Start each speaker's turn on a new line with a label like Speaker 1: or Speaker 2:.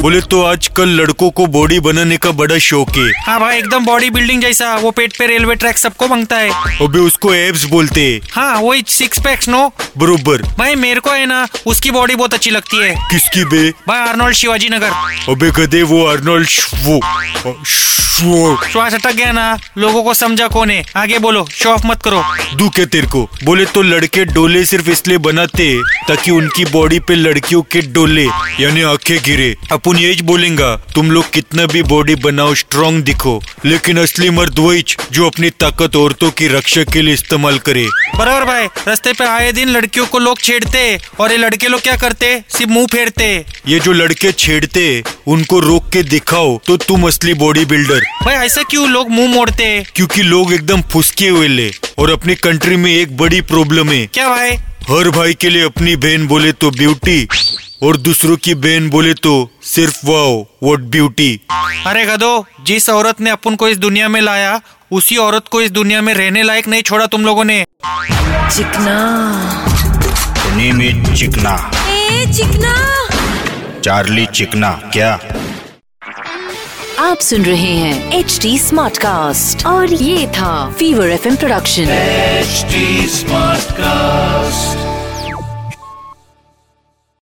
Speaker 1: बोले तो आजकल लड़कों को बॉडी बनाने का बड़ा शौक है
Speaker 2: हाँ भाई एकदम बॉडी बिल्डिंग जैसा वो पेट पे रेलवे ट्रैक सबको मांगता है
Speaker 1: अभी उसको एब्स बोलते हैं।
Speaker 2: हाँ वो सिक्स पैक्स नो
Speaker 1: बरोबर
Speaker 2: भाई मेरे को है ना उसकी बॉडी बहुत अच्छी लगती है
Speaker 1: किसकी बे
Speaker 2: भाई आर्नोल्ड शिवाजी नगर
Speaker 1: अबे गधे वो अर्नोल्ड वो वो-
Speaker 2: श्वास अटक गया ना लोगों को समझा कौन है आगे बोलो शो ऑफ मत करो
Speaker 1: दू क्या तेरे को बोले तो लड़के डोले सिर्फ इसलिए बनाते हैं, ताकि उनकी बॉडी पे लड़कियों के डोले यानी आंखें गिरे अपन यही बोलेंगा तुम लोग कितना भी बॉडी बनाओ स्ट्रांग दिखो लेकिन असली मर्द वही जो अपनी ताकत औरतों की रक्षा के लिए इस्तेमाल करे
Speaker 2: बराबर भाई रास्ते पे आए दिन लड़कियों को लोग छेड़ते हैं, और ये लड़के लोग क्या करते हैं? सिर्फ मुंह फेरते हैं।
Speaker 1: ये जो लड़के छेड़ते उनको रोक के दिखाओ तो तुम असली बॉडी बिल्डर
Speaker 2: भाई ऐसा क्यों लोग मुंह मोड़ते हैं?
Speaker 1: क्योंकि लोग एकदम फुसके हुए ले और अपनी कंट्री में एक बड़ी प्रॉब्लम है
Speaker 2: क्या भाई
Speaker 1: हर भाई के लिए अपनी बहन बोले तो ब्यूटी और दूसरों की बहन बोले तो सिर्फ वाओ व्हाट ब्यूटी
Speaker 2: अरे गधो जिस औरत ने अपन को इस दुनिया में लाया उसी औरत को इस दुनिया में रहने लायक नहीं छोड़ा तुम लोगों ने
Speaker 3: चिकना
Speaker 4: धने में चिकना
Speaker 3: ए चिकना
Speaker 4: चार्ली चिकना क्या
Speaker 3: आप सुन रहे हैं एच डी स्मार्ट कास्ट और ये था fever F production
Speaker 5: HD Smartcast.